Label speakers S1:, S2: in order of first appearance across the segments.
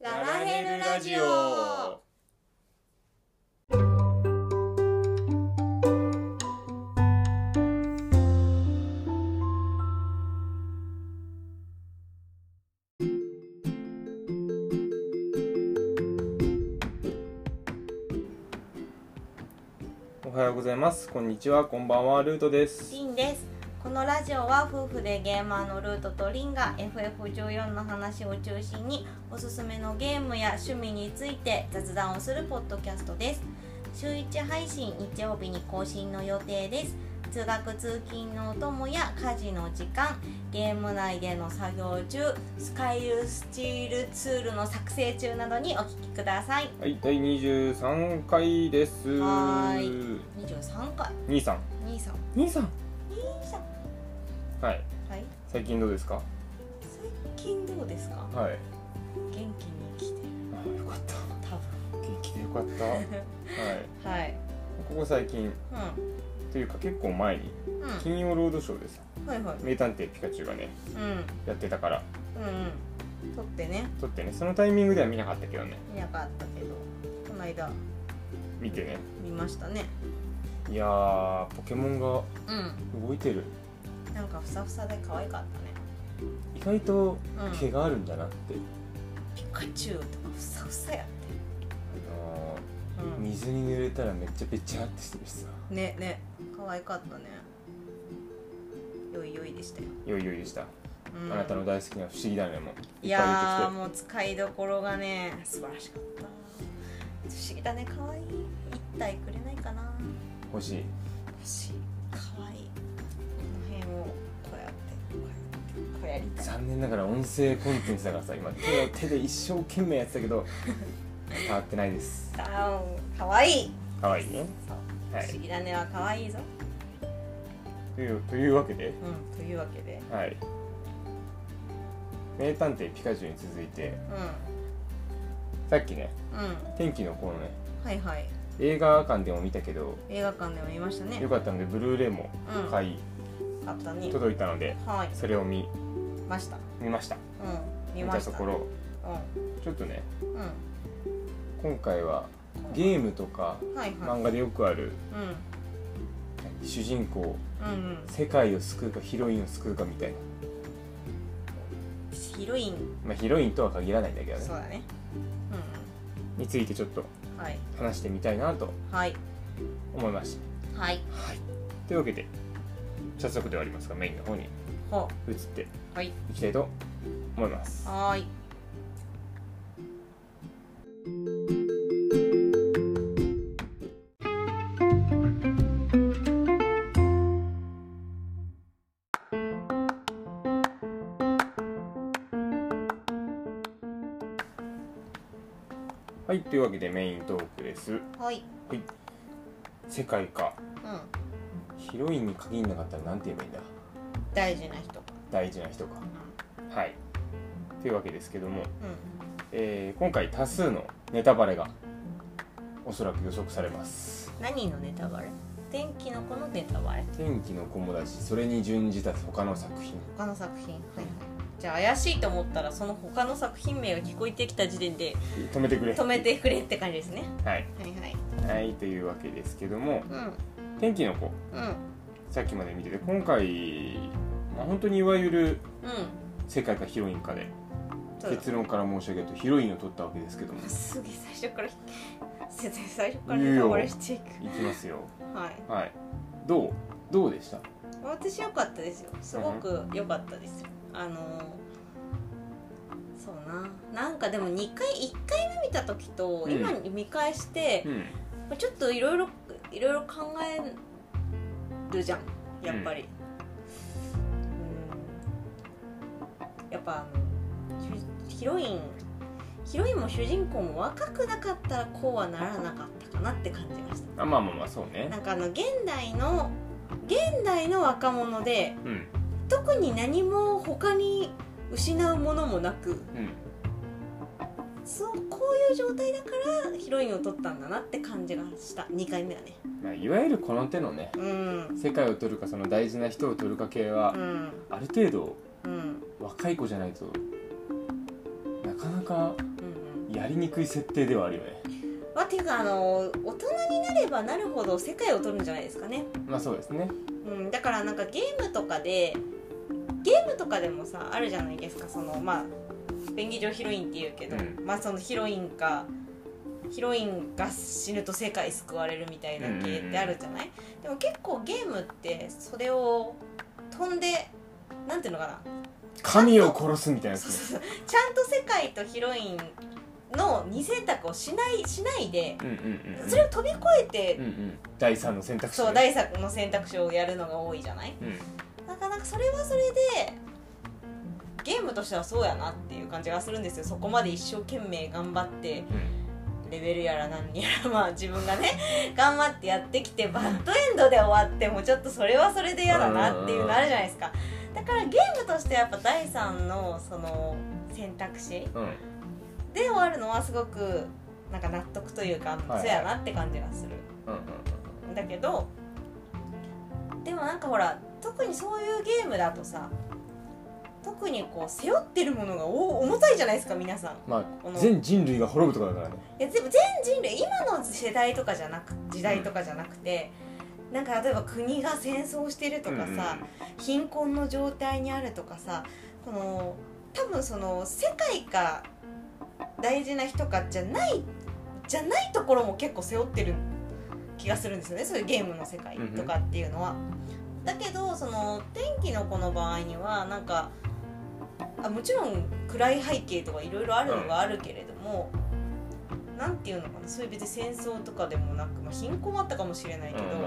S1: ネルラジオ
S2: おはようございますこんにちはこんばんはルートです
S1: リンですこのラジオは夫婦でゲーマーのルートとリンが FF14 の話を中心におすすめのゲームや趣味について雑談をするポッドキャストです週1配信日曜日に更新の予定です通学通勤のお供や家事の時間ゲーム内での作業中スカイルスチールツールの作成中などにお聞きください
S2: はい第23回です
S1: はー23回
S2: 兄さん
S1: 兄さん
S2: 兄さん
S1: 兄さん
S2: はい
S1: はい
S2: 最近どうですか
S1: 最近どうですか
S2: はい
S1: 元気に生きてる
S2: あよかった
S1: 多
S2: 元気でよかった はい
S1: 分はい
S2: ここ最近
S1: う
S2: というか結構前に
S1: んうん
S2: 金曜ロードショーです
S1: はいはい
S2: 名探偵ピカチュウがね
S1: うん
S2: やってたから
S1: うんうん撮ってね
S2: 撮ってねそのタイミングでは見なかったけどね
S1: 見なかったけどこの間
S2: 見てね
S1: 見ましたね
S2: いやーポケモンが
S1: うん
S2: 動いてる
S1: なんかふさふさで可愛かっ
S2: 意外と
S1: たねうん
S2: 毛があるんだなって、
S1: ピカチュウとかふさふさやって
S2: あの
S1: う
S2: ー、
S1: ん
S2: 水に濡れたらめっちゃべちゃってしてるしさ
S1: ねね可愛かったねよいよいでしたよ、
S2: よいよいでした、
S1: うん
S2: あなたの大好きな不思議だね
S1: い
S2: もっぱ
S1: やー
S2: い出て
S1: もう使いどころがね素晴らしかった不思議だね可愛い一体くれないかな
S2: きて欲しい
S1: 欲しい可愛いこの辺をこうやってこうやってこうやりたい
S2: 残念ながら音声コンテンツだからさ今手を手で一生懸命やってたけど変わってないです
S1: ダウン可愛い
S2: かわいいね
S1: そう
S2: は
S1: 不
S2: い
S1: 思議だねは可愛いぞ、
S2: というというわけで
S1: うん、というわけで
S2: はい名探偵ピカチュウに続いて
S1: う
S2: さっきね
S1: んうん
S2: 天気のこのね
S1: はいはい
S2: 映画館でも見たけど
S1: 映画館でも見ましたね
S2: よかったのでブルーレイも
S1: うん
S2: 買い、
S1: あったね
S2: 届いたので
S1: はい
S2: それを見
S1: 見ました
S2: 見ました
S1: うん見ました
S2: ところ
S1: う
S2: ちょっとね
S1: んうん
S2: 今回はゲームとか
S1: はいはい
S2: 漫画でよくある
S1: うん
S2: 主人公
S1: うんうん
S2: 世界を救うかヒロインを救うかみたいな、
S1: ヒロイン
S2: まあ、ヒロインとは限らないんだけどね
S1: そうだねう
S2: についてちょっと
S1: んうんはい
S2: 話してみたいなと
S1: はい
S2: 思いまし
S1: はい
S2: た、というわけで早速ではありますがメインの方に
S1: ほ
S2: 移って
S1: はい
S2: いきたいと思います
S1: はーい
S2: はいというわけでメイントークです
S1: はい
S2: 世界か
S1: うん
S2: ヒロインに限らなかったら何て言えばいいんだ
S1: 大事な人
S2: 大事な人かはいというわけですけども、
S1: う
S2: えー今回多数のネタバレがおそらく予測されます
S1: ん何のネタバレ天気の子のネタバレ
S2: 天気の子もだしそれに準じた他の作品
S1: 他の作品はいはいじゃあ怪しいと思ったらその他の作品名が聞こえてきた時点で
S2: 止めてくれ
S1: 止めてくれって感じですね
S2: はい、
S1: はいはい
S2: はい、というわけですけども
S1: うん
S2: 天気の子
S1: うん
S2: さっきまで見てて今回、まあ、本当にいわゆ
S1: う
S2: る
S1: ん
S2: 世界かヒロインかで
S1: そうだ
S2: 結論から申し上げるとヒロインを取ったわけですけども
S1: すげえ最初から絶対最初から
S2: 言う
S1: ネ
S2: よ
S1: タバレしていく
S2: いきますよ
S1: はい
S2: はいどうどうでした
S1: 私良かったですよすごく良かったですよあのーそうななんかでも2回1回目見た時と
S2: うん
S1: 今見返して
S2: う、ん
S1: まあちょっといろいろいろいろ考えるじゃんやっぱり、うんやっぱあのヒヒロインヒロインも主人公も若くなかったらこうはならなかったかなって感じまし
S2: あまあまあまあそうね
S1: たなんかあの現代の現代の若者で
S2: うん
S1: 特に何も他に失うものもなく
S2: うん
S1: そうこういう状態だからヒロインを取ったんだなって感じがした2回目はね
S2: まあ、いわゆるこの手のね
S1: うん
S2: 世界を取るかその大事な人を取るか系は
S1: う、ん
S2: ある程度
S1: うん
S2: 若い子じゃないとなかなか
S1: うんうん
S2: やりにくい設定ではあるよね
S1: まあ、ていうかあの大人になればなるほど世界を取るんじゃないですかね、
S2: まあそうですね
S1: うん、だからなんかゲームとかでゲームとかでもさあるじゃないですかそのまあ便宜上ヒロインっていうけど、
S2: うん
S1: まあそのヒロインかヒロインが死ぬと世界救われるみたいな系ってあるじゃない、でも結構ゲームってそれを飛んでなんていうのかな
S2: 神を殺すみたいなや
S1: そう
S2: つ
S1: そうそうちゃんと世界とヒロインの二選択をしないしないで
S2: うんうんうんうん
S1: それを飛び越えて
S2: うんうん第三の選択肢ね
S1: そう第作の選択肢をやるのが多いじゃない
S2: うん
S1: なかなかそれはそれでゲームとしてはそうやなっていう感じがするんですよそこまで一生懸命頑張って
S2: うん
S1: レベルやら何やらまあ自分がね 頑張ってやってきてバッドエンドで終わってもちょっとそれはそれで嫌だなっていうのあるじゃないですかだからゲームとしてはやっぱ第3のその選択肢
S2: うん
S1: で終わるのはすごくなんか納得というか、
S2: はい
S1: そうやなって感じがする
S2: うん
S1: だけどでもなんかほら特にそういうゲームだとさ特にこう背負ってるものがお重たいじゃないですか皆さん
S2: まあ
S1: この
S2: 全人類が滅ぶとかだからね
S1: いやでも全人類今の世代とかじゃなく時代とかじゃなくて、なんか例えば国が戦争してるとかさ、貧困の状態にあるとかさこの多分その世界か大事な人かじゃないじゃないところも結構背負ってる気がするんですよねそういうゲームの世界とかっていうのは。だけどその天気の子の場合にはなんかあもちろん暗い背景とかいろいろあるのはあるけれども。なんていうのかなそういう別に戦争とかでもなく、まあ、貧困もあったかもしれないけど、
S2: うんうんう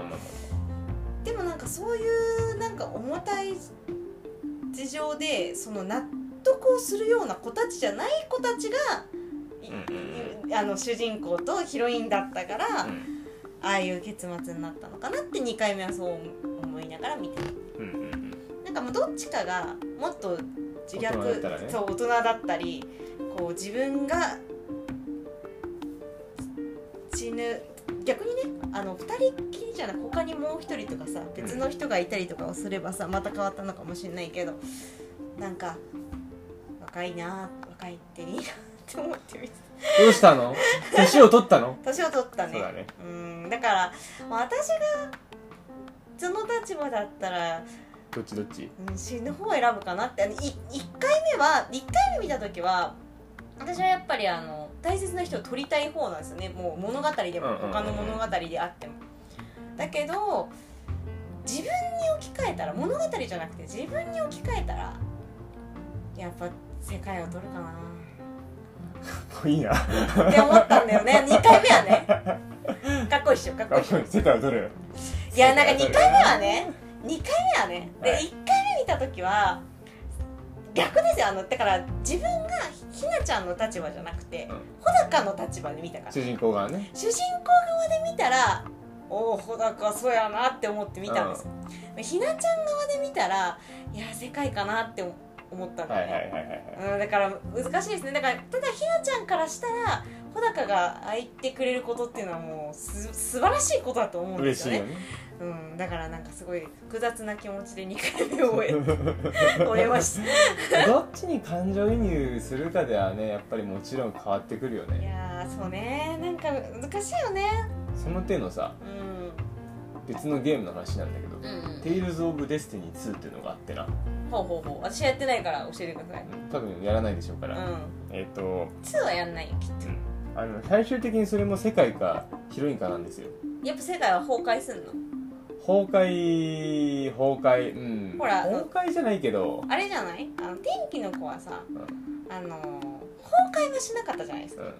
S2: ん
S1: でもなんかそういうなんか重たい事情でその納得をするような子たちじゃない子たちが、い
S2: うんう
S1: いあの主人公とヒロインだったから、
S2: う
S1: あ
S2: ん
S1: あいう結末になったのかなって2回目はそう思いながら見てる
S2: うんうんうん
S1: なんかもうどっちかがもっと自虐
S2: 大人だったらね
S1: そう大人だったりこう自分が死ぬ逆にねあの2人っきりじゃなく他にもう1人とかさ別の人がいたりとかをすればさまた変わったのかもしれないけどなんか若いな若いっていいなって思ってみて
S2: どうしたの年を取ったの
S1: 年を取ったね
S2: そうだね
S1: うんだから、まあ私がその立場だったら
S2: どっちどっち
S1: うん死ぬ方を選ぶかなってあのい1回目は1回目見た時は私はやっぱりあの大切な人を取りたい方なんですよねもう物語でも
S2: うんうんうん
S1: 他の物語であっても。だけど自分に置き換えたら物語じゃなくて自分に置き換えたらやっぱ世界を取るかな
S2: いいな
S1: って思ったんだよね2回目はね かっこいいっしょかっこいいっしょ
S2: 世界を取る
S1: いやなんか2回目はね2回目はねで
S2: はい
S1: 1回目見た時は逆ですよあのだから自分がひなちゃんの立場じゃなくて
S2: うん
S1: 穂高の立場で見たから
S2: 主人公がね
S1: 主人公側で見たらおお穂高そうやなって思って見たんですよひなちゃん側で見たらいや世界かなって思ったん
S2: はい
S1: だ
S2: は
S1: よね、
S2: いはいはいはい
S1: うん、だから難しいですねだからただひなちゃんからしたら穂高が相手くれることっていうのはもうす素晴らしいことだと思うんで
S2: 嬉
S1: す
S2: し
S1: よ
S2: い
S1: ね
S2: よね
S1: うん、だからなんかすごい複雑な気持ちで2回目を終え 終えました
S2: どっちに感情移入するかではねやっぱりもちろん変わってくるよ
S1: い
S2: ね
S1: やーそうねなんか難しいよね
S2: その手のさ
S1: うん
S2: 別のゲームの話なんだけど
S1: うん
S2: 「Tales of Destiny 2」っていうのがあってな
S1: ほうほうほう私やってないから教えてください
S2: 多分やらないでしょうか
S1: う
S2: ら、
S1: ん
S2: えっ、と
S1: 2はやんないよきっ
S2: あの最終的にそれも世界かヒロインかなんですよ
S1: とやっぱ世界は崩壊すんの
S2: 崩壊崩壊うん
S1: ほら
S2: 崩壊じゃないけど
S1: あれじゃないあの天気の子はさ
S2: うん
S1: あのー崩壊はしなかったじゃないですか
S2: う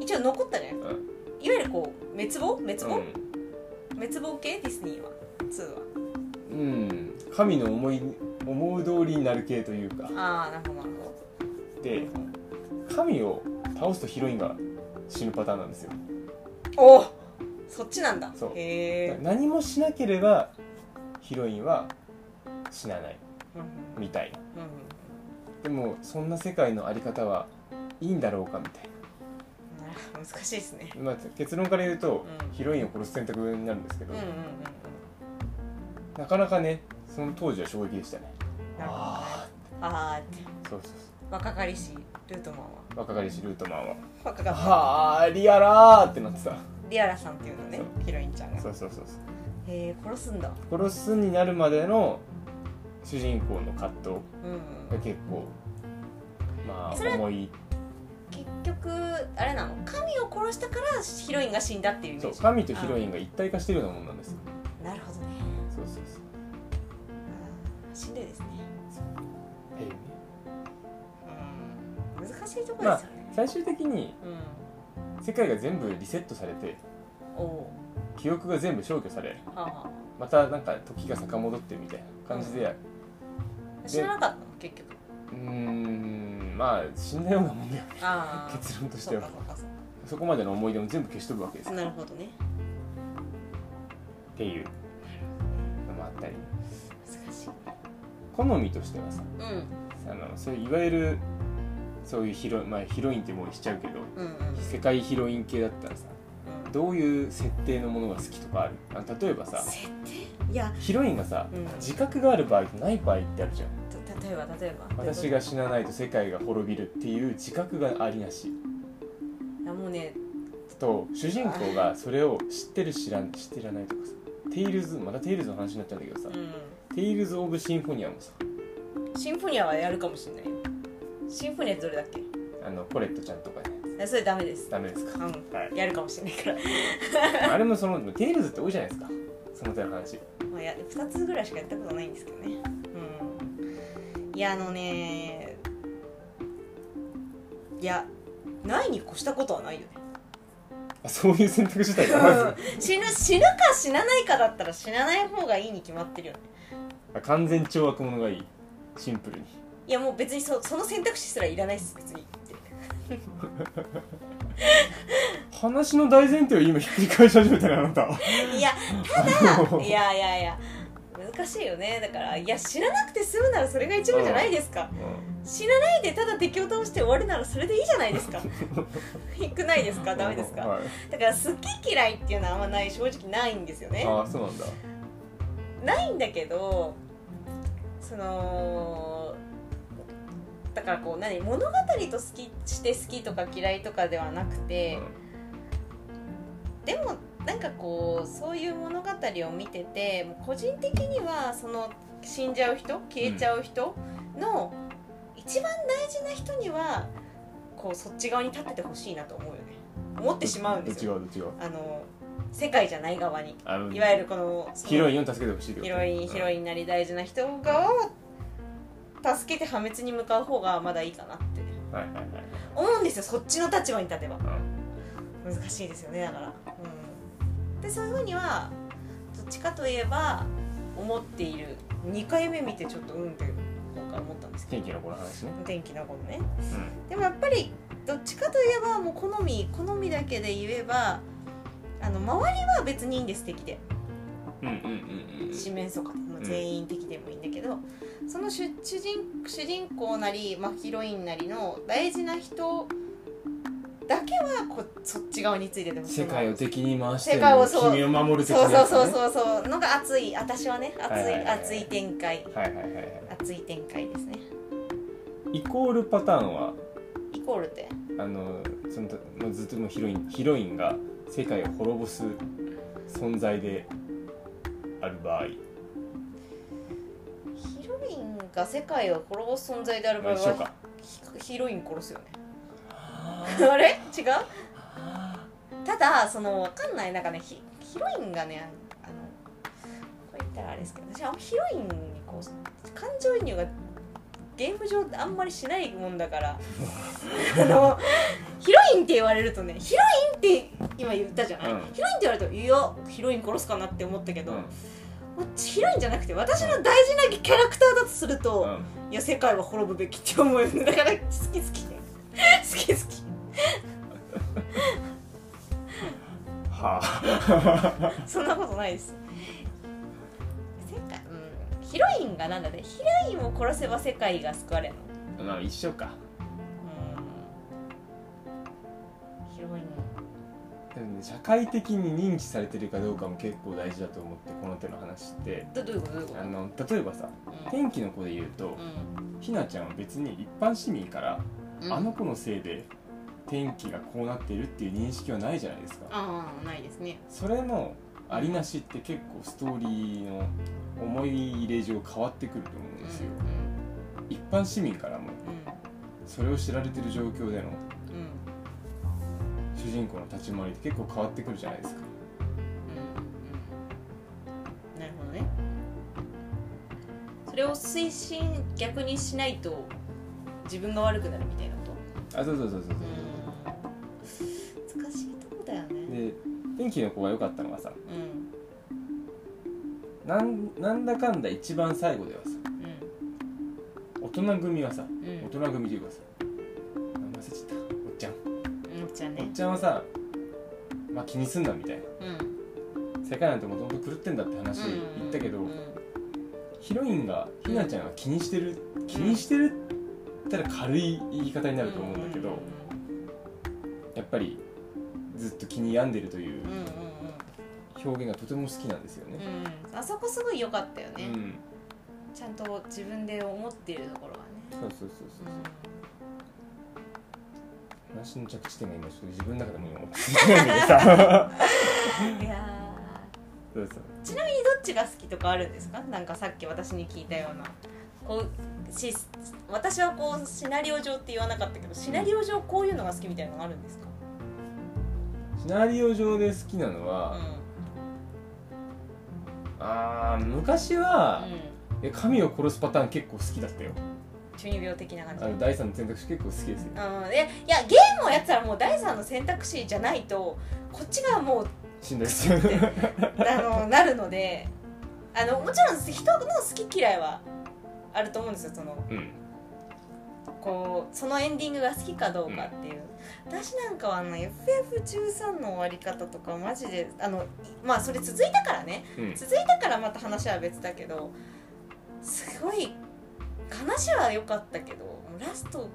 S1: 一応残ったじゃないですか
S2: んう
S1: い
S2: ん
S1: わゆるこう滅亡滅亡、
S2: うん
S1: 滅亡系ディズニーは2は
S2: うん、神の思い思う通りになる系というか
S1: ああなるほどなるほ
S2: で神を倒すとヒロインが死ぬパターンなんですよ
S1: どおおそっちなんだ
S2: そう
S1: へえ
S2: 何もしなければヒロインは死なない
S1: うん
S2: みたいな
S1: うんうん
S2: でもそんな世界のあり方はいいんだろうかみたい
S1: 難しいですね
S2: な、まあ、結論から言うと、
S1: うん
S2: ヒロインを殺す選択になるんですけ
S1: う
S2: ど、
S1: んうんうん
S2: なかなかねその当時は衝撃でしたね
S1: なるほどね
S2: あ
S1: あーって
S2: あそうそうそう
S1: 若かりしルートマンは
S2: 若かりしルートマンは
S1: 若かった
S2: はあリアラーってなってた
S1: リアラさんっていうのね
S2: そう
S1: ヒロインちゃんが
S2: そ
S1: へ
S2: うそうそうそ
S1: え殺すんだ
S2: う殺すになるまでの主人公の葛藤
S1: うん
S2: が結構ま
S1: それ
S2: あ重い
S1: 結局あれなの神を殺したからヒロインが死んだっていうイメ
S2: そ
S1: ー
S2: う
S1: ジ
S2: 神とヒロインが一体化してるようなもんなんですよ
S1: なるほどね
S2: そうそうそう
S1: あーしんどいですね
S2: ええ
S1: うん難しいところですよね、
S2: 最終的に世界が全部リセットされて
S1: うんおお
S2: 記憶が全部消去され
S1: はあ、は
S2: またなんか時が遡ってみたいな感じで
S1: あ、知らなかったの結局
S2: うーんまあ死んだようなもんだよ
S1: ああ
S2: 結論とし
S1: そ
S2: て
S1: うか
S2: は
S1: そうかそう
S2: そこまでの思い出も全部消し飛ぶわけです
S1: か
S2: よ
S1: なるほどね
S2: っていうのもあったり
S1: 難しい
S2: 好みとしてはさ
S1: うん
S2: あのそういういわゆるそういうヒロ,、まあ、ヒロインってもうしちゃうけど
S1: うんうん
S2: 世界ヒロイン系だったらさどういう設定のものが好きとかあるあの例えばさ
S1: 設定いや
S2: ヒロインがさ、
S1: うん
S2: 自覚がある場合とない場合ってあるじゃん
S1: た例えば例えば
S2: 私が死なないと世界が滅びるっていう自覚がありなし
S1: いやもうね
S2: と主人公がそれを知ってる知らん知ってらないとかさテイルズまたテイルズの話になっちゃうんだけどさ、
S1: う
S2: テイルズ・オブ・シンフォニアもさ
S1: んシンフォニアはやるかもしれないよシンフォニアってどれだっけ
S2: あのコレットちゃんとかね
S1: えそれダメです
S2: ダメですか、
S1: うん
S2: はい
S1: やるかもしれないから
S2: あれもそのテイルズって多いじゃないですかその手の話
S1: まあや2つぐらいしかやったことないんですけどねうんいやあのねいやないに越したことはない よね
S2: あそういう選択自体がまず
S1: 死ぬ死ぬか死なないかだったら死なない方がいいに決まってるよね
S2: あ完全懲悪者がいいシンプルに
S1: いやもう別にそその選択肢すらいらないっす別にって
S2: 話の大前提を今ひっくり返し始めたねあなた
S1: いやただいやいやいや難しいよねだからいや知らなくて済むならそれが一番じゃないですか
S2: う
S1: 知らないでただ敵を倒して終わるならそれでいいじゃない ですか低くないですか
S2: ん
S1: ダメですか
S2: はい、
S1: だから好き嫌いっていうのはあんまない正直ないんですよね
S2: ああそうなんだ
S1: ないんだけどそのだからこう何物語と好きして好きとか嫌いとかではなくて、でもなんかこうそういう物語を見ててもう個人的にはその死んじゃう人消えちゃう人の一番大事な人にはこうそっち側に立っててほしいなと思うよね思ってしまうんですよ
S2: どっちがどっち
S1: あの世界じゃない側に
S2: があの
S1: いわゆるこのその
S2: ヒロインを助けてほしいってこと
S1: ヒロインヒロ
S2: イン
S1: インなり大事な人側を助けて破滅に向かう方がまだいいかなって
S2: はいはいはい
S1: 思うんですよそっちの立場に立てば
S2: うん
S1: 難しいですよねだから、うん、でそういうふうにはどっちかといえば思っている2回目見てちょっとうんって今回思ったんですけ
S2: 天気のこの話ね
S1: ど天気のことねでもやっぱりどっちかといえばもう好み好みだけで言えばあの周りは別にいいんです敵で
S2: うんうんうんうんうん
S1: 四面楚歌まあ全員敵でもいいんだけど、その主主人主人公なり、まあ、ヒロインなりの大事な人だけはこそっち側についててほしい
S2: 世
S1: な
S2: 界を敵に回して
S1: 世界をそう
S2: 君を守る的
S1: そう
S2: な
S1: そう
S2: やつね
S1: そうそうそうのが熱い私はね熱い,、
S2: はいはいはいはい
S1: 熱い展開
S2: はいはいはいは
S1: 熱い展開ですね
S2: いイコールパターンは
S1: イコールって
S2: あのそのもうずっともうヒロインヒロインが世界を滅ぼす存在である場合
S1: ヒロインが世界を滅ぼす存在である場合
S2: 一緒か
S1: はヒヒロイン殺すよね あれ違うただそのわかんないなんかねヒヒロインがねあのこれ言ったらあれですけど私はヒロインにこう感情移入がゲーム上あんまりしないもんだから あのヒロインって言われるとねヒロインって今言ったじゃない、
S2: うん
S1: ヒロインって言われるといやヒロイン殺すかなって思ったけ
S2: う
S1: ど、
S2: ん
S1: もうヒロインじゃなくて私の大事なキャラクターだとすると、
S2: うん
S1: いや世界は滅ぶべきって思うよねだから好き好き好き 好き
S2: はあ
S1: そんなことないです世界うんヒロインがなんだねヒロインを殺せば世界が救われるの
S2: まあ一緒か
S1: うんヒロイン
S2: でもね社会的に認知されてるかどうかも結構大事だと思ってこの手の話って
S1: どどういうことどういうこ
S2: あの例えばさ
S1: と
S2: 天気の子で言うと
S1: うん
S2: ひなちゃんは別に一般市民から
S1: うん
S2: あの子のせいで天気がこうなっているっていう認識はないじゃないですか
S1: ああないですね
S2: それのありなしって結構ストーリーの思い入れ上変わってくると思うん
S1: うん
S2: ですよ一般市民からもそれを知られてる状況での
S1: うんうん
S2: 主人公の立ち回りって結構変わってくるじゃないですか
S1: うんなるほどねそれを推進逆にしないと自分が悪くなるみたいなこと
S2: あそうそうそうそう
S1: うん難しいとこだよ
S2: そう
S1: ね
S2: で天気の子が良かったのがさ
S1: うんうん
S2: なんなんだかんだ一番最後ではさ大人組はさ
S1: うん
S2: 大人組というかさあ忘れちゃったおっちゃん
S1: うんおっちゃん
S2: お
S1: ね
S2: っちゃんはさまあ気にすんなみたいな
S1: うん
S2: 世界なんてもともと狂ってんだって話言ったけど、
S1: うん
S2: ヒロインがひなちゃんが気にしてる気にしてるって言ったら軽い言い方になると思うんだけど、やっぱりずっと気に病んでるという
S1: うんうんうん
S2: 表現がとても好きなんですよ
S1: うん
S2: ね。
S1: うんあそこすごい良かったよ
S2: う
S1: ね、
S2: ん、
S1: ちゃんと自分で思っているところはね
S2: そうそうそうそう。話の着地点が今ちょっと自分の中でも今思ってないんだけどさ。
S1: いやー
S2: そうそう。
S1: どっちが好きとかあるんですかなんかさっき私に聞いたようなこうし私はこうシナリオ上って言わなかったけどシナリオ上こういうのが好きみたいなのがあるんですか、
S2: シナリオ上で好きなの
S1: うん
S2: は、ああ昔は、
S1: う
S2: え神を殺すパターン結構好きだったよ。
S1: ん、中二病的な感じ
S2: あの第三の選択肢結構好きですよ。
S1: うん、でいやゲームをやってたらもう第三の選択肢じゃないとこっちがもう
S2: しんどいですよ。
S1: あのなるのであのもちろん人の好き嫌いはあると思うんですよその
S2: うん。
S1: こうそのエンディングが好きかどうかっていう、私なんかはあの FF13 の終わり方とかマジであのいまあそれ続いたからね
S2: うん。
S1: 続いたからまた話は別だけどすごい話は良かったけどラスト本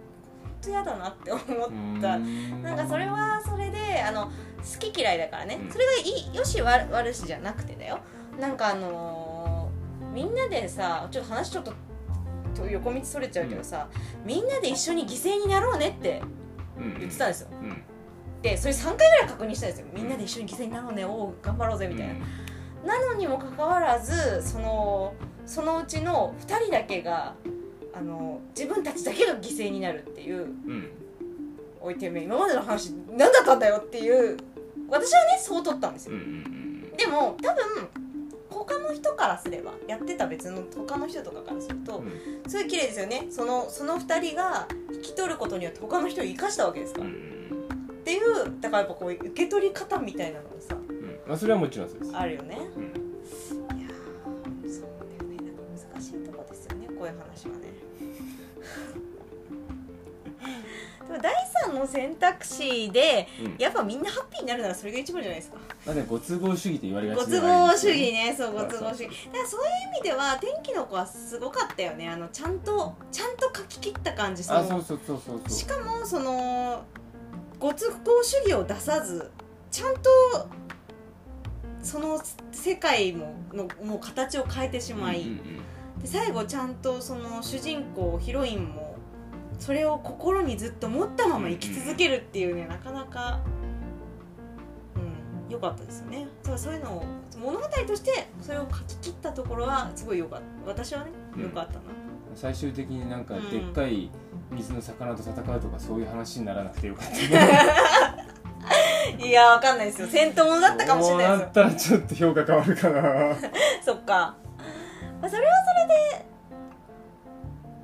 S1: 当嫌だなって思ったなんかそれはそれであの好き嫌いだからね、
S2: うん
S1: それがいいよし悪悪しじゃなくてだよなんかあのーみんなでさちょっと話ちょっとと横道それちゃうけどさ、みんなで一緒に犠牲になろうねって言ってたんですよ、
S2: うん。うん
S1: でそれ3回ぐらい確認したんですよみんなで一緒に犠牲になろうねおお頑張ろうぜみたいな、なのにもかかわらずそのそのうちの2人だけがあの自分たちだけが犠牲になるっていう
S2: うん。
S1: おいてめえ今までの話何だったんだよっていう私はねそう取ったんです
S2: う
S1: よ、
S2: ん。うん。
S1: でも多分他の人からすればやってた別の他の人とかからすると、
S2: うん
S1: すごい綺麗ですよねそのその2人が引き取ることによって他の人を生かしたわけですから、っていうだからやっぱこう受け取り方みたいなのがさ
S2: うん。まあそれはもちろんそうです。
S1: あるよね
S2: うん。
S1: いやーそうだよねなんか難しいとこですよねこういう話はね でも第三の選択肢で
S2: うん
S1: やっぱみんなハッピーになるならそれが一番じゃないですか。
S2: まあでもご都合主義って言われが
S1: ご
S2: ち
S1: 都
S2: ではあ
S1: 合
S2: ります
S1: 主
S2: よ
S1: 義ね、そう、ご
S2: そう
S1: 都合主義。だからそういう意味では、天気の子はすごかったよね。あの、ちゃんと、ちゃんと書き切った感じ。そ
S2: あそう
S1: の
S2: そうそうそうそう
S1: しかも、その、ご都合主義を出さず、ちゃんと、その世界ものもう形を変えてしまい、
S2: うん
S1: で最後ちゃんとその主人公ヒロインもそれを心にずっと持ったまま生き続けるっていうねなかなかうん良かったですよねそうそういうのを物語としてそれを書き切ったところはすごい良かった私はね
S2: うん
S1: 良かったな、
S2: うん最終的になんか
S1: うん
S2: でっかい水の魚と戦うとかそういう話にならなくてよかった
S1: いやわかんないですよ戦闘ものだったかもしれない
S2: そう
S1: で
S2: なったらちょっと評価変わるかな
S1: すよそっか、まあ、それはそれで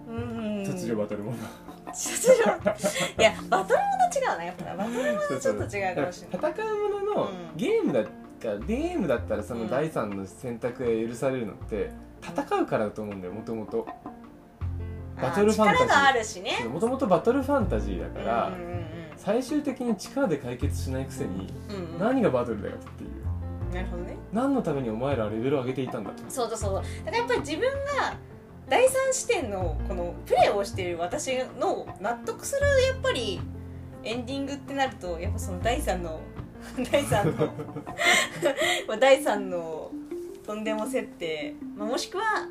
S1: うん
S2: 突如バトルもの
S1: 突如いやバトルもの違うなやっぱバトルものちょっと違うかもしれない
S2: 戦うものの
S1: うん
S2: ゲームだからゲームだったらそ
S1: うん
S2: の第三の選択が許されるのって戦うからだと思うんだよもともとバトルファン
S1: あー
S2: タジー
S1: 力があるしね
S2: もともとバトルファンタジーだから、
S1: うんうん
S2: 最終的に力で解決しないくせに
S1: うんうんうん
S2: 何がバトルだよっていう
S1: なるほどね
S2: 何のためにお前らはレベルを上げていたんだと
S1: そうだそうだだからやっぱり自分が第三視点のこのプレーをしている私の納得するやっぱりエンディングってなるとやっぱその第三の 第三の まあ第三のとんでも設定、まあ、もしくは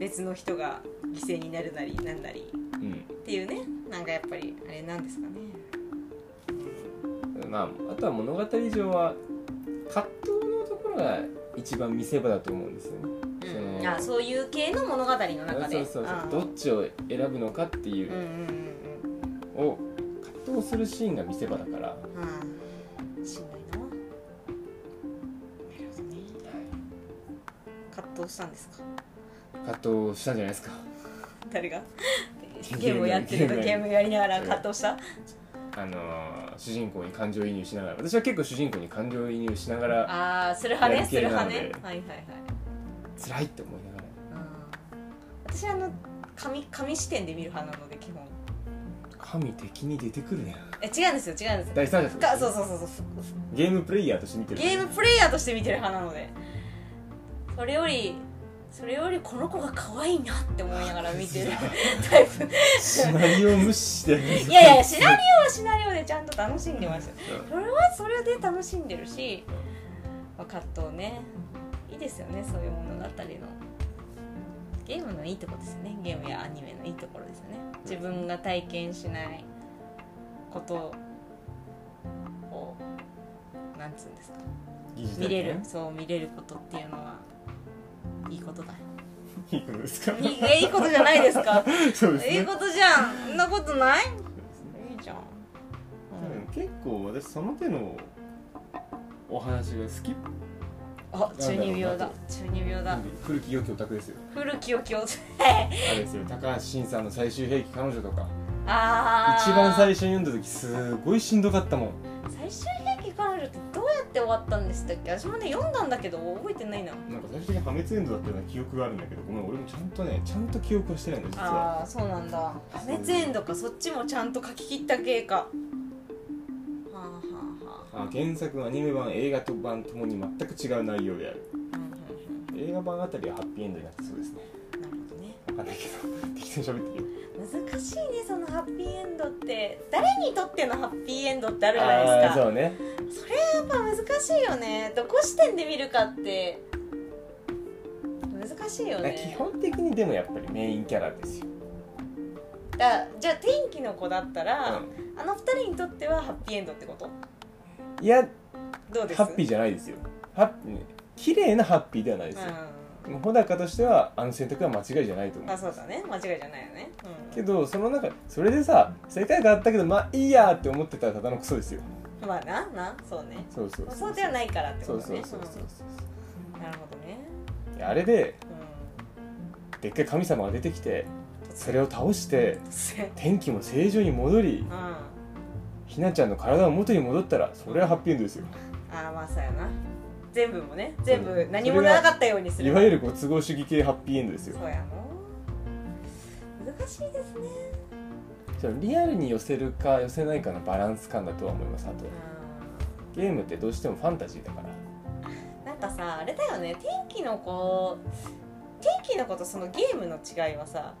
S1: 別の人が犠牲になるなりなんなり
S2: うん
S1: っていうねなんかやっぱりあれなんですかね
S2: まあ、あとは物語上は葛藤のところが一番見せ場だと思うんですよねその
S1: うん、あそういう系の物語の中
S2: そ
S1: で
S2: うそうそう
S1: あー
S2: どっちを選ぶのかっていううん
S1: うんうん
S2: を葛藤するシーンが見せ場だから、は
S1: うんあーしんどいななるほどね葛藤したんですか
S2: い葛藤したんじゃないですか
S1: 誰が
S2: ム
S1: ゲームをやってると
S2: ゲーム
S1: ゲームやりながら葛藤した
S2: あのー主人公に感情移入しながら私は結構主人公に感情移入しながら
S1: ああする派ね
S2: やる
S1: する
S2: 系な
S1: 派
S2: ので
S1: ねはいはいはい
S2: 辛いって思いながら
S1: 私あの紙紙視点で見る派なので基本
S2: 神敵に出てくるね
S1: え違うんですよ違うんです
S2: 第三者として
S1: かそうそうそうそう
S2: ゲームプレイヤーとして見てる
S1: ゲームプレイヤーとして見てる派なのでそれよりそれよりこの子が可愛いなって思いながら見て るタイプ
S2: シナリオ無視してる
S1: いやいやシナリオはシナリオでちゃんと楽しんでます
S2: うん
S1: それはそれで楽しんでるし、まあ、葛藤ねいいですよねそういう物語のゲームのいいところですよねゲームやアニメのいいところですよね自分が体験しないことをなんつうんですか
S2: 疑似体
S1: 見
S2: 験
S1: れるそう見れることっていうのはいいことだよ
S2: いいことですか
S1: いえいいことじゃないですか
S2: そうですね
S1: いいことじゃんそんなことないいいじゃん、
S2: うん結構私その手のお話が好き
S1: あ中二病だ中二病だ
S2: 古き良きオタクですよ
S1: 古き良きを
S2: あれですよ高橋真さんの最終兵器彼女とか
S1: あー
S2: 一番最初に読んだ時すごいしんどかったもん
S1: 最終兵器彼女ってどうやって終わったんでしたっけ私もね読んだんだけど覚えてないな
S2: なんか最終的に破滅エンドだったような記憶があるんだけどごめん俺もちゃんとねちゃんと記憶はしてないの実は
S1: ああそうなんだ破滅エンドかそっちもちゃんと書き切った系かはあはあはあ
S2: あ原作アニメ版映画と版ともに全く違う内容である
S1: うんうん
S2: 映画版あたりはハッピーエンドになってそうですね
S1: うんなるほどね
S2: わかんないけど適当に喋ってる
S1: 難しいねそのハッピーエンドって誰にとってのハッピーエンドってあるじゃないです
S2: ああ
S1: か
S2: そうね
S1: それはやっぱ難しいよねどこ視点で見るかって難しいよね
S2: 基本的にでもやっぱりメインキャラですよ、
S1: だじゃあ天気の子だったら、
S2: う
S1: あの二人にとってはハッピーエンドってこと
S2: んいや
S1: どうです
S2: ハッピーじゃないですよハッピー綺麗なハッピーではないですよ、穂高としてはあの選択は間違いじゃないと
S1: う
S2: 思
S1: ん
S2: う
S1: あそうだね間違いじゃないよね、うん、
S2: けどその中それでさ世界があったけどまあいいやって思ってたらただのクソですよ
S1: まあななそうね
S2: そうそう
S1: まあそうではないからってこ
S2: そう
S1: と
S2: そう
S1: ね
S2: そうそうそう
S1: うんなるほどね、
S2: いやあれで
S1: う
S2: でっかい神様が出てきてそれを倒して
S1: ん、突然
S2: 天気も正常に戻り
S1: う んあ
S2: ひなちゃんの体が元に戻ったらそれはハッピーエンドですよ
S1: あまあそうやな全部もね全
S2: う
S1: 部
S2: ん
S1: 何もなかったようにする
S2: いわゆるご都合主義系ハッピーエンドですよ
S1: そうやの難しいですね
S2: そのリアルに寄せるか寄せないかのバランス感だとは思いますあと
S1: う
S2: ゲームってどうしてもファンタジーだから
S1: んなんかさあれだよね天気の子天気の子とそのゲームの違いはさ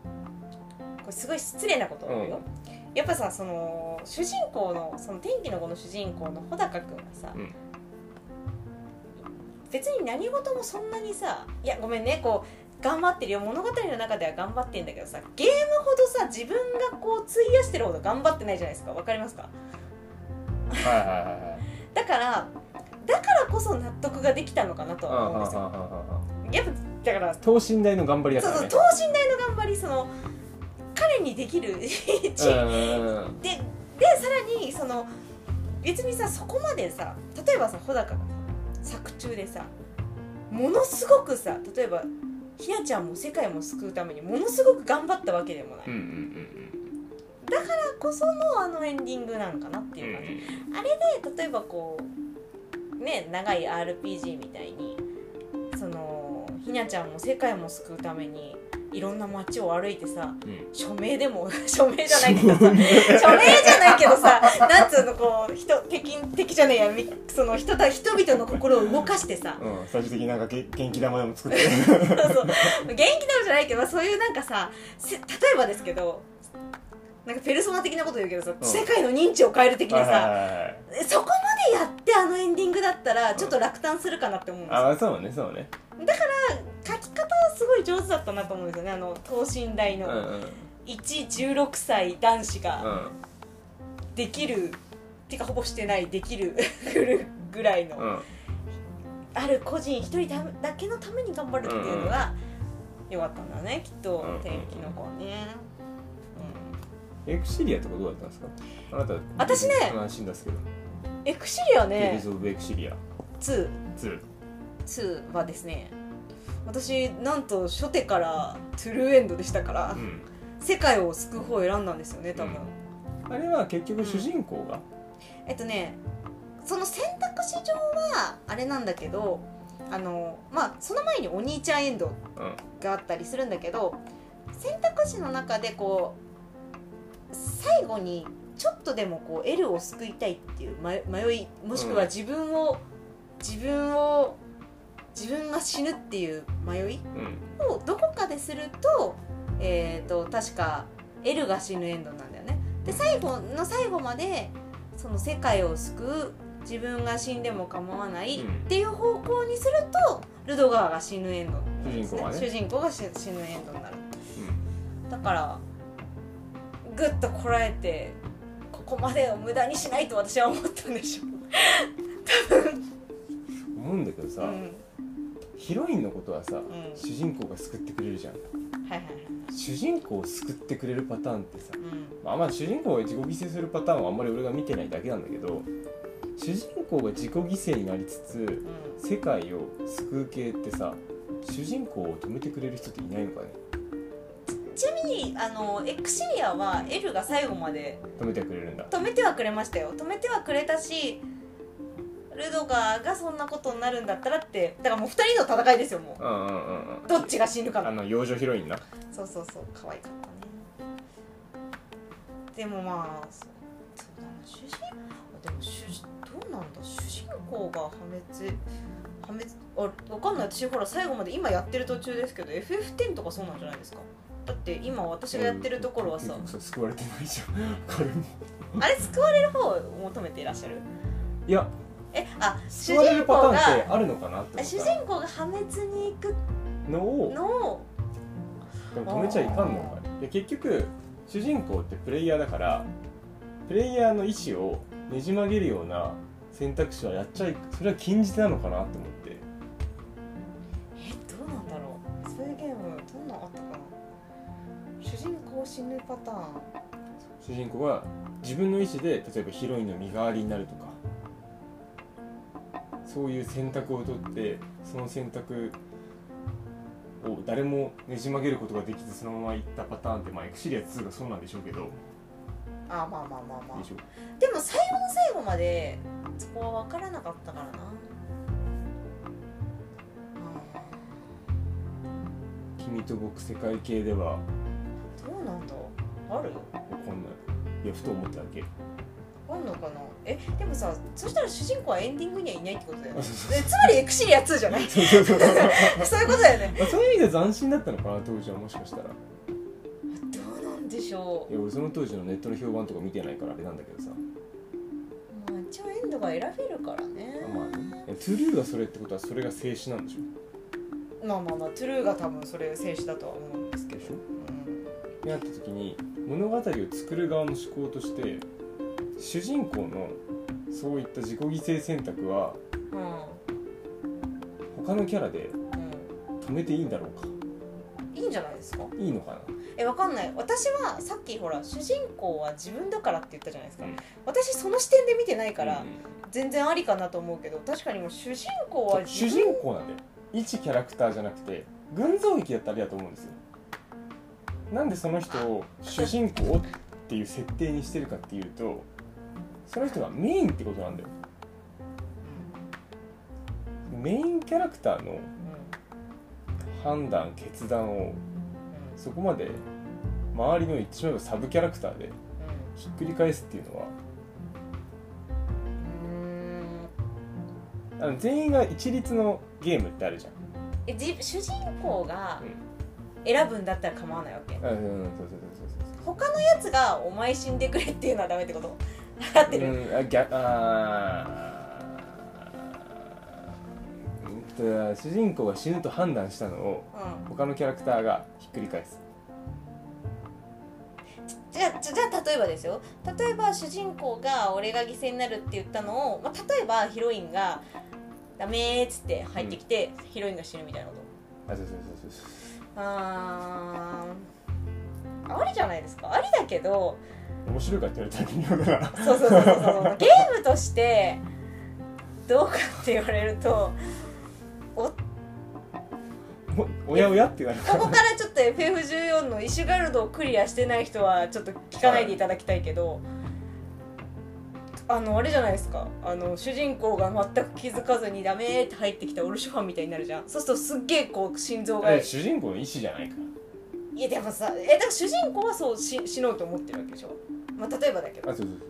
S1: これすごい失礼なことを言うよ、やっぱさその主人公のその天気の子の主人公の穂高君がさ、
S2: うん
S1: 別に何事もそんなにさいやごめんねこう頑張ってるよ物語の中では頑張ってんだけどさゲームほどさ自分がこう費やしてるほど頑張ってないじゃないですかわかりますか
S2: はいはいはいはい
S1: だからだからこそ納得ができたのかなとは思うんですよやっぱだから
S2: 等身大の頑張りだか
S1: そう
S2: ら
S1: そう
S2: ね
S1: 等身大の頑張りその彼にできる一
S2: うんうん
S1: ででさらにその別にさそこまでさ例えばさ穂高が作中でさものすごくさ例えばひなちゃんも世界も救うためにものすごく頑張ったわけでもない、
S2: うんうん
S1: だ
S2: うん
S1: からこそのあのエンディングなんかなって
S2: うん
S1: いううん感じ、で例えばこうね長い RPG みたいにそのひなちゃんも世界も救うためにいろんな街を歩いてさ
S2: うんうん
S1: 署名でも 署名じゃないけど さ署名じゃないけどさなんつうのこう人敵敵じゃねえやみその人た人々の心を動かして さ
S2: うん、最終的になんかげ元気玉でも作って
S1: そうそう元気なのじゃないけどそういうなんかさせ例えばですけどなんかペルソナ的なこと言うけどさ、
S2: うん
S1: 世界の認知を変える的なさ、
S2: さ
S1: そこまでやってあのエンディングだったらちょっと落胆するかなって思うんですよ
S2: ああそうねそうね
S1: 書き方はすごい上手だったなと思うんですよねあの等身大
S2: うん
S1: の、
S2: うん
S1: 116歳男子が
S2: う
S1: できる、てかほぼしてないできる ぐらいの、
S2: んうん
S1: ある個人一人だだけのために頑張るっていうのが良かったんだねきっと、
S2: うんうんうん
S1: 天気の子はね、
S2: エクシリアとかどうだったんですかあなた
S1: 私ね
S2: 安心ですけど
S1: うん、エクシリア
S2: テイル
S1: ね
S2: ズ・オブ・エクシリア
S1: 2
S2: 2
S1: 2はですね私なんと初手からトゥルーエンドでしたから、
S2: うん
S1: 世界を救う方を選んだんですよね多分、
S2: うんあれは結局主人公が
S1: えっとねその選択肢上はあれなんだけどあのまあその前にお兄ちゃんエンドがあったりするんだけど選択肢の中でこう最後にちょっとでもこう L を救いたいっていう迷迷いもしくは
S2: うん
S1: 自分を、自分を自分が死ぬっていう迷い
S2: うんうん
S1: をどこかですると,、えー、と確か L が死ぬエンドなんだよね。で最後の最後までその世界を救う自分が死んでも構わないっ
S2: うん
S1: ていう方向にするとルドガーが死ぬエンドなんです、
S2: 主人公がね
S1: 主人公が死死ぬエンドになるだからぐっとこらえてここまでを無駄にしないと私は思ったんでしょう、
S2: うん思うんだけどさ、
S1: うん
S2: ヒロインのことはさ、
S1: ん
S2: 主人公が救ってくれるじゃん
S1: はいはいはい、
S2: 主人公を救ってくれるパターンってさ
S1: うん
S2: まあまあ主人公が自己犠牲するパターンはあんまり俺が見てないだけなんだけど主人公が自己犠牲になりつつ
S1: うん、
S2: 世界を救う系ってさ主人公を止めてくれる人っていないのかね
S1: ちなみにあのエクシリアは L が最後まで
S2: 止めてくれるんだ
S1: 止めてはくれましたよ止めてはくれたしルドガーがそんなことになるんだったらってだからもう2人の戦いですよも
S2: うんうんうんうん
S1: うどっちが死ぬか
S2: あ
S1: の
S2: の養女ヒロインな
S1: そうそうそう可愛かったねでもまあそうそうだな主人でも主人どうなんだ主人公が破滅破滅あわかんない私ほら最後まで今やってる途中ですけど FF10 とかそうなんじゃないですかだって今私がやってるところはさ、
S2: 結局救われてないじゃんこれも
S1: あれ救われる方を求めていらっしゃる
S2: いや
S1: えあ主
S2: 救われ
S1: 人
S2: るパタ
S1: 公
S2: ーンっ
S1: が
S2: てあるのかなって思っ
S1: 主
S2: た
S1: 人公が破滅に行く
S2: のを
S1: のを
S2: でも止めちゃいかんのかいや結局主人公ってプレイヤーだからプレイヤーの意思をねじ曲げるような選択肢はやっちゃいそれは禁じ手なのかなと思って
S1: えどうなんだろうそういうゲームどんなのあったかな主人公死ぬパターン
S2: 主人公が自分の意思で例えばヒロインの身代わりになるとかそういう選択を取ってその選択を誰もねじ曲げることができずそのままいったパターンってまあエクシリア2がそうなんでしょうけどで
S1: あまあまあまあま
S2: しょ
S1: あでも最後の最後までそこは分からなかったからな
S2: 君と僕世界系では
S1: うんどうなんだある
S2: わかんないいやふと思っただけ
S1: あんのかなえでもさそしたら主人公はエンディングにはいないってことだよね
S2: そうそう
S1: えつまりエクシリア2じゃない
S2: そうそうそう
S1: そういうことだよね
S2: まあそういう意味では斬新だったのかな当時はもしかしたらい
S1: どうなんでしょう
S2: や俺その当時のネットの評判とか見てないからあれなんだけどさ
S1: まあ一応エンドが選べるからね
S2: まあねいやトゥルーがそれってことはそれが静止なんでしょ
S1: まあまあまあトゥルーが多分それ静止だとは思うんですけ
S2: で
S1: ど、
S2: しょ
S1: うん、
S2: ってなった時に物語を作る側の思考として主人公のそういった自己犠牲選択は
S1: うん
S2: 他のキャラで
S1: う
S2: 止めていいんだろうか
S1: ん、いいんじゃないですか
S2: いいのかな
S1: えわかんない私はさっきほら主人公は自分だからって言ったじゃないですか、
S2: うん
S1: 私その視点で見てないから
S2: うん
S1: 全然ありかなと思うけど確かにもう主人公
S2: そ
S1: は
S2: う主人公なんだよ一キャラクターじゃなくて群像劇だったらありだと思うんですよなんでその人を主人公っていう設定にしてるかっていうとその人がメインってことなんだよメインキャラクターの
S1: うん
S2: 判断決断を
S1: う
S2: そこまで周りの言ってしまえばサブキャラクターでひっくり返すっていうのは
S1: んうんう
S2: あの全員が一律のゲームってあるじゃん
S1: ーんえじ主人公が選ぶんだったら構わないわけ
S2: うんうんうんそうそうそうそうそう
S1: 他のやつが「お前死んでくれ」っていうのはダメってこと合ってる、
S2: うん、あ逆あーうんと主人公が死ぬと判断したのを
S1: うん
S2: 他のキャラクターがひっくり返す
S1: ゃあじゃじゃあ例えばですよ例えば主人公が俺が犠牲になるって言ったのを、まあ、例えばヒロインが「ダメ」っつって入ってきて、ヒロインが死ぬみたいなこと
S2: あそうそうそうそう
S1: あーありじゃないですかありだけど
S2: 面白いかって言われたら微妙だな
S1: そうそうそうそうそうゲームとしてどうかって言われると
S2: おおやおやってなる
S1: ここからちょっと FF14 のイシュガルドをクリアしてない人はちょっと聞かないでいただきたいけど、あのあれじゃないですかあの主人公が全く気づかずにダメーって入ってきたオルショファンみたいになるじゃんそうするとすっげえこう心臓が
S2: え主人公の意思じゃないか
S1: いやでもさえだから主人公はそうし死のうと思ってるわけでしょ、まあ、例えばだけど
S2: あそうそうそう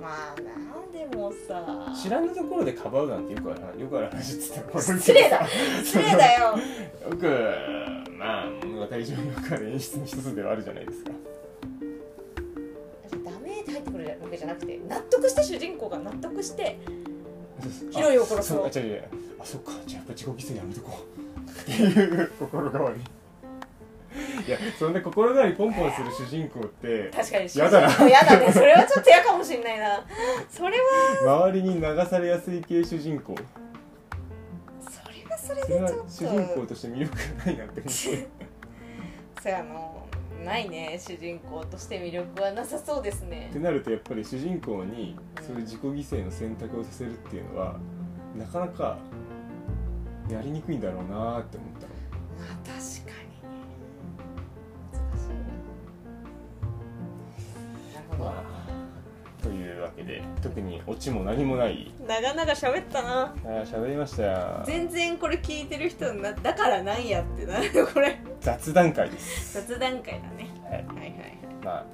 S1: まあなでもさ
S2: そう知らぬところでかばうなんてよくあるなよくある話っつったら
S1: 失礼だ失礼だよ
S2: よくまあ物語上の中で演出の一つではあるじゃないですか
S1: ダメって入ってくるわけじゃなくて納得して主人公が納得してヒロ
S2: い
S1: イン
S2: を
S1: を殺そう
S2: あ違う違うあそっかじゃあやっぱ自己犠牲やめとこうっていう心変わりいやそんな心変わりポンポンする主人公って
S1: 確かに
S2: やだな
S1: そうやだねそれはちょっと嫌かもしんないなそれは
S2: 周りに流されやすい系主人公
S1: それはそれ
S2: それ
S1: で
S2: は
S1: ちょっと
S2: 主人公として魅力がないなって思って
S1: そうやのないね主人公として魅力はなさそうですね
S2: ってなるとやっぱり主人公にそういう自己犠牲の選択をさせるっていうのはなかなかやりにくいんだろうなーって思ったの
S1: まあ確かにね難しいねなるほど
S2: まあというわけで特にオチも何もない
S1: 長々喋ったな
S2: あー喋りましたよ
S1: 全然これ聞いてる人なだからなんやってなるこれ
S2: 雑談会です
S1: 雑談会だね
S2: はい
S1: はいはいはい
S2: まあ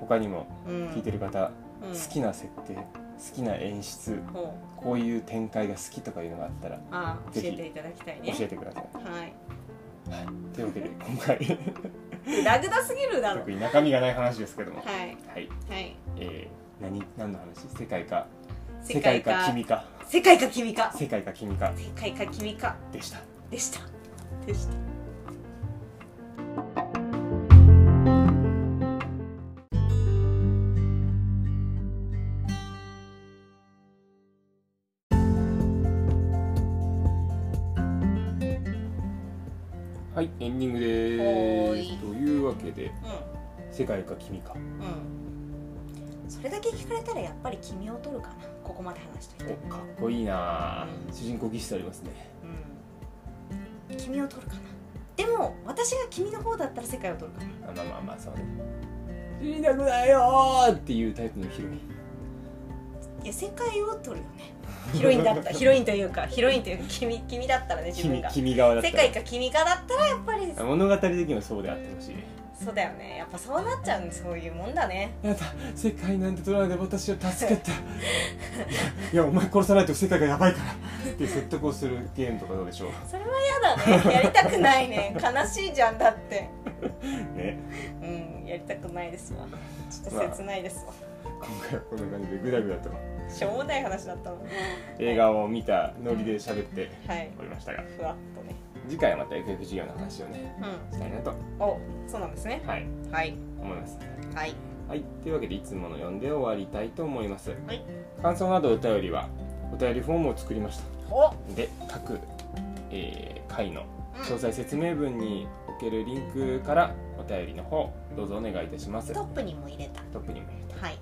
S2: 他にも
S1: うん
S2: 聞いてる方、
S1: うん
S2: 好きな設定好きな演出
S1: ほう
S2: こういう展開が好きとかいうのがあったら
S1: ああ教
S2: ぜひ
S1: えていただきたいね
S2: 教えてく ださい、
S1: はい
S2: はい、というわけで今回
S1: ラグダすぎるだろ
S2: 特に中身がない話ですけどもは
S1: はい
S2: い、
S1: はい
S2: えー、何何の話世界か
S1: 世界か
S2: 世君か
S1: 世界か君か
S2: 世界か君か
S1: 世界か君か
S2: でした
S1: でしたでした
S2: はいエンディングで
S1: はー
S2: す
S1: い
S2: というわけで
S1: う
S2: 世界か君か
S1: んうんそれだけ聞かれたらやっぱり君を取るかなここまで話しといて、
S2: おかっこいいなあ
S1: うん
S2: 主人公技術ありますね
S1: うん、君を取るかなでも私が君の方だったら世界を取るかな
S2: あまあまあまあそうね死にたくないよーっていうタイプのヒロイン
S1: いや世界を取るよねヒロインだ ったヒロインというかヒロインというか君君だったらね自分
S2: 君
S1: が
S2: 君側だった
S1: 世
S2: ら
S1: 界か君かだったらやっぱり
S2: 物語的にはそうであってほしい
S1: そうだよねやっぱそうなっちゃうねそういうもんだね
S2: やだ世界なんて取らないで私を助けてい やいやお前殺さないと世界がやばいからって説得をするゲームとかどうでしょ
S1: それは嫌だねやりたくないね悲しいじゃんだって
S2: うね
S1: うんやりたくないですわちょっと切ないですわ
S2: 今回はこんな感じでグダグダと
S1: しょうもない話だったの
S2: 映画を見たノリで喋って
S1: はい
S2: おりましたが
S1: ふわっとね
S2: 次回はまた FF14 の話をねしたいなと
S1: うんおそうなんですね
S2: はい
S1: はい
S2: 思います
S1: はい
S2: はい、というわけでいつもの読んで終わりたいと思います、
S1: い
S2: 感想などお便りはお便りフォームを作りました
S1: お
S2: で各、えー回の詳細説明文におけるリンクからお便りの方どうぞお願いいたします
S1: トップにも入れた
S2: トップにも入れた
S1: はい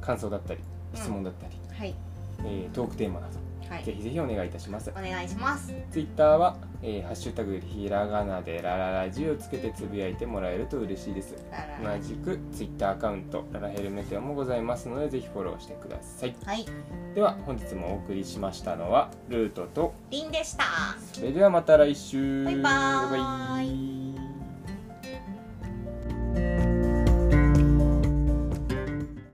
S2: 感想だったり質問だったり、
S1: はい
S2: えートークテーマなど
S1: は
S2: ぜ
S1: い
S2: ひぜひお願いいたします
S1: お願いします
S2: ツイッターは、えーハッシュタグひらがなでラララジをつけてつぶやいてもらえると嬉しいです
S1: ラララ
S2: 同じくツイッターアカウントララヘルメテオもございますのでぜひフォローしてください
S1: はい
S2: では本日もお送りしましたのはルートと
S1: りんでした
S2: それではまた来週
S1: バイバーイ
S2: バイバイ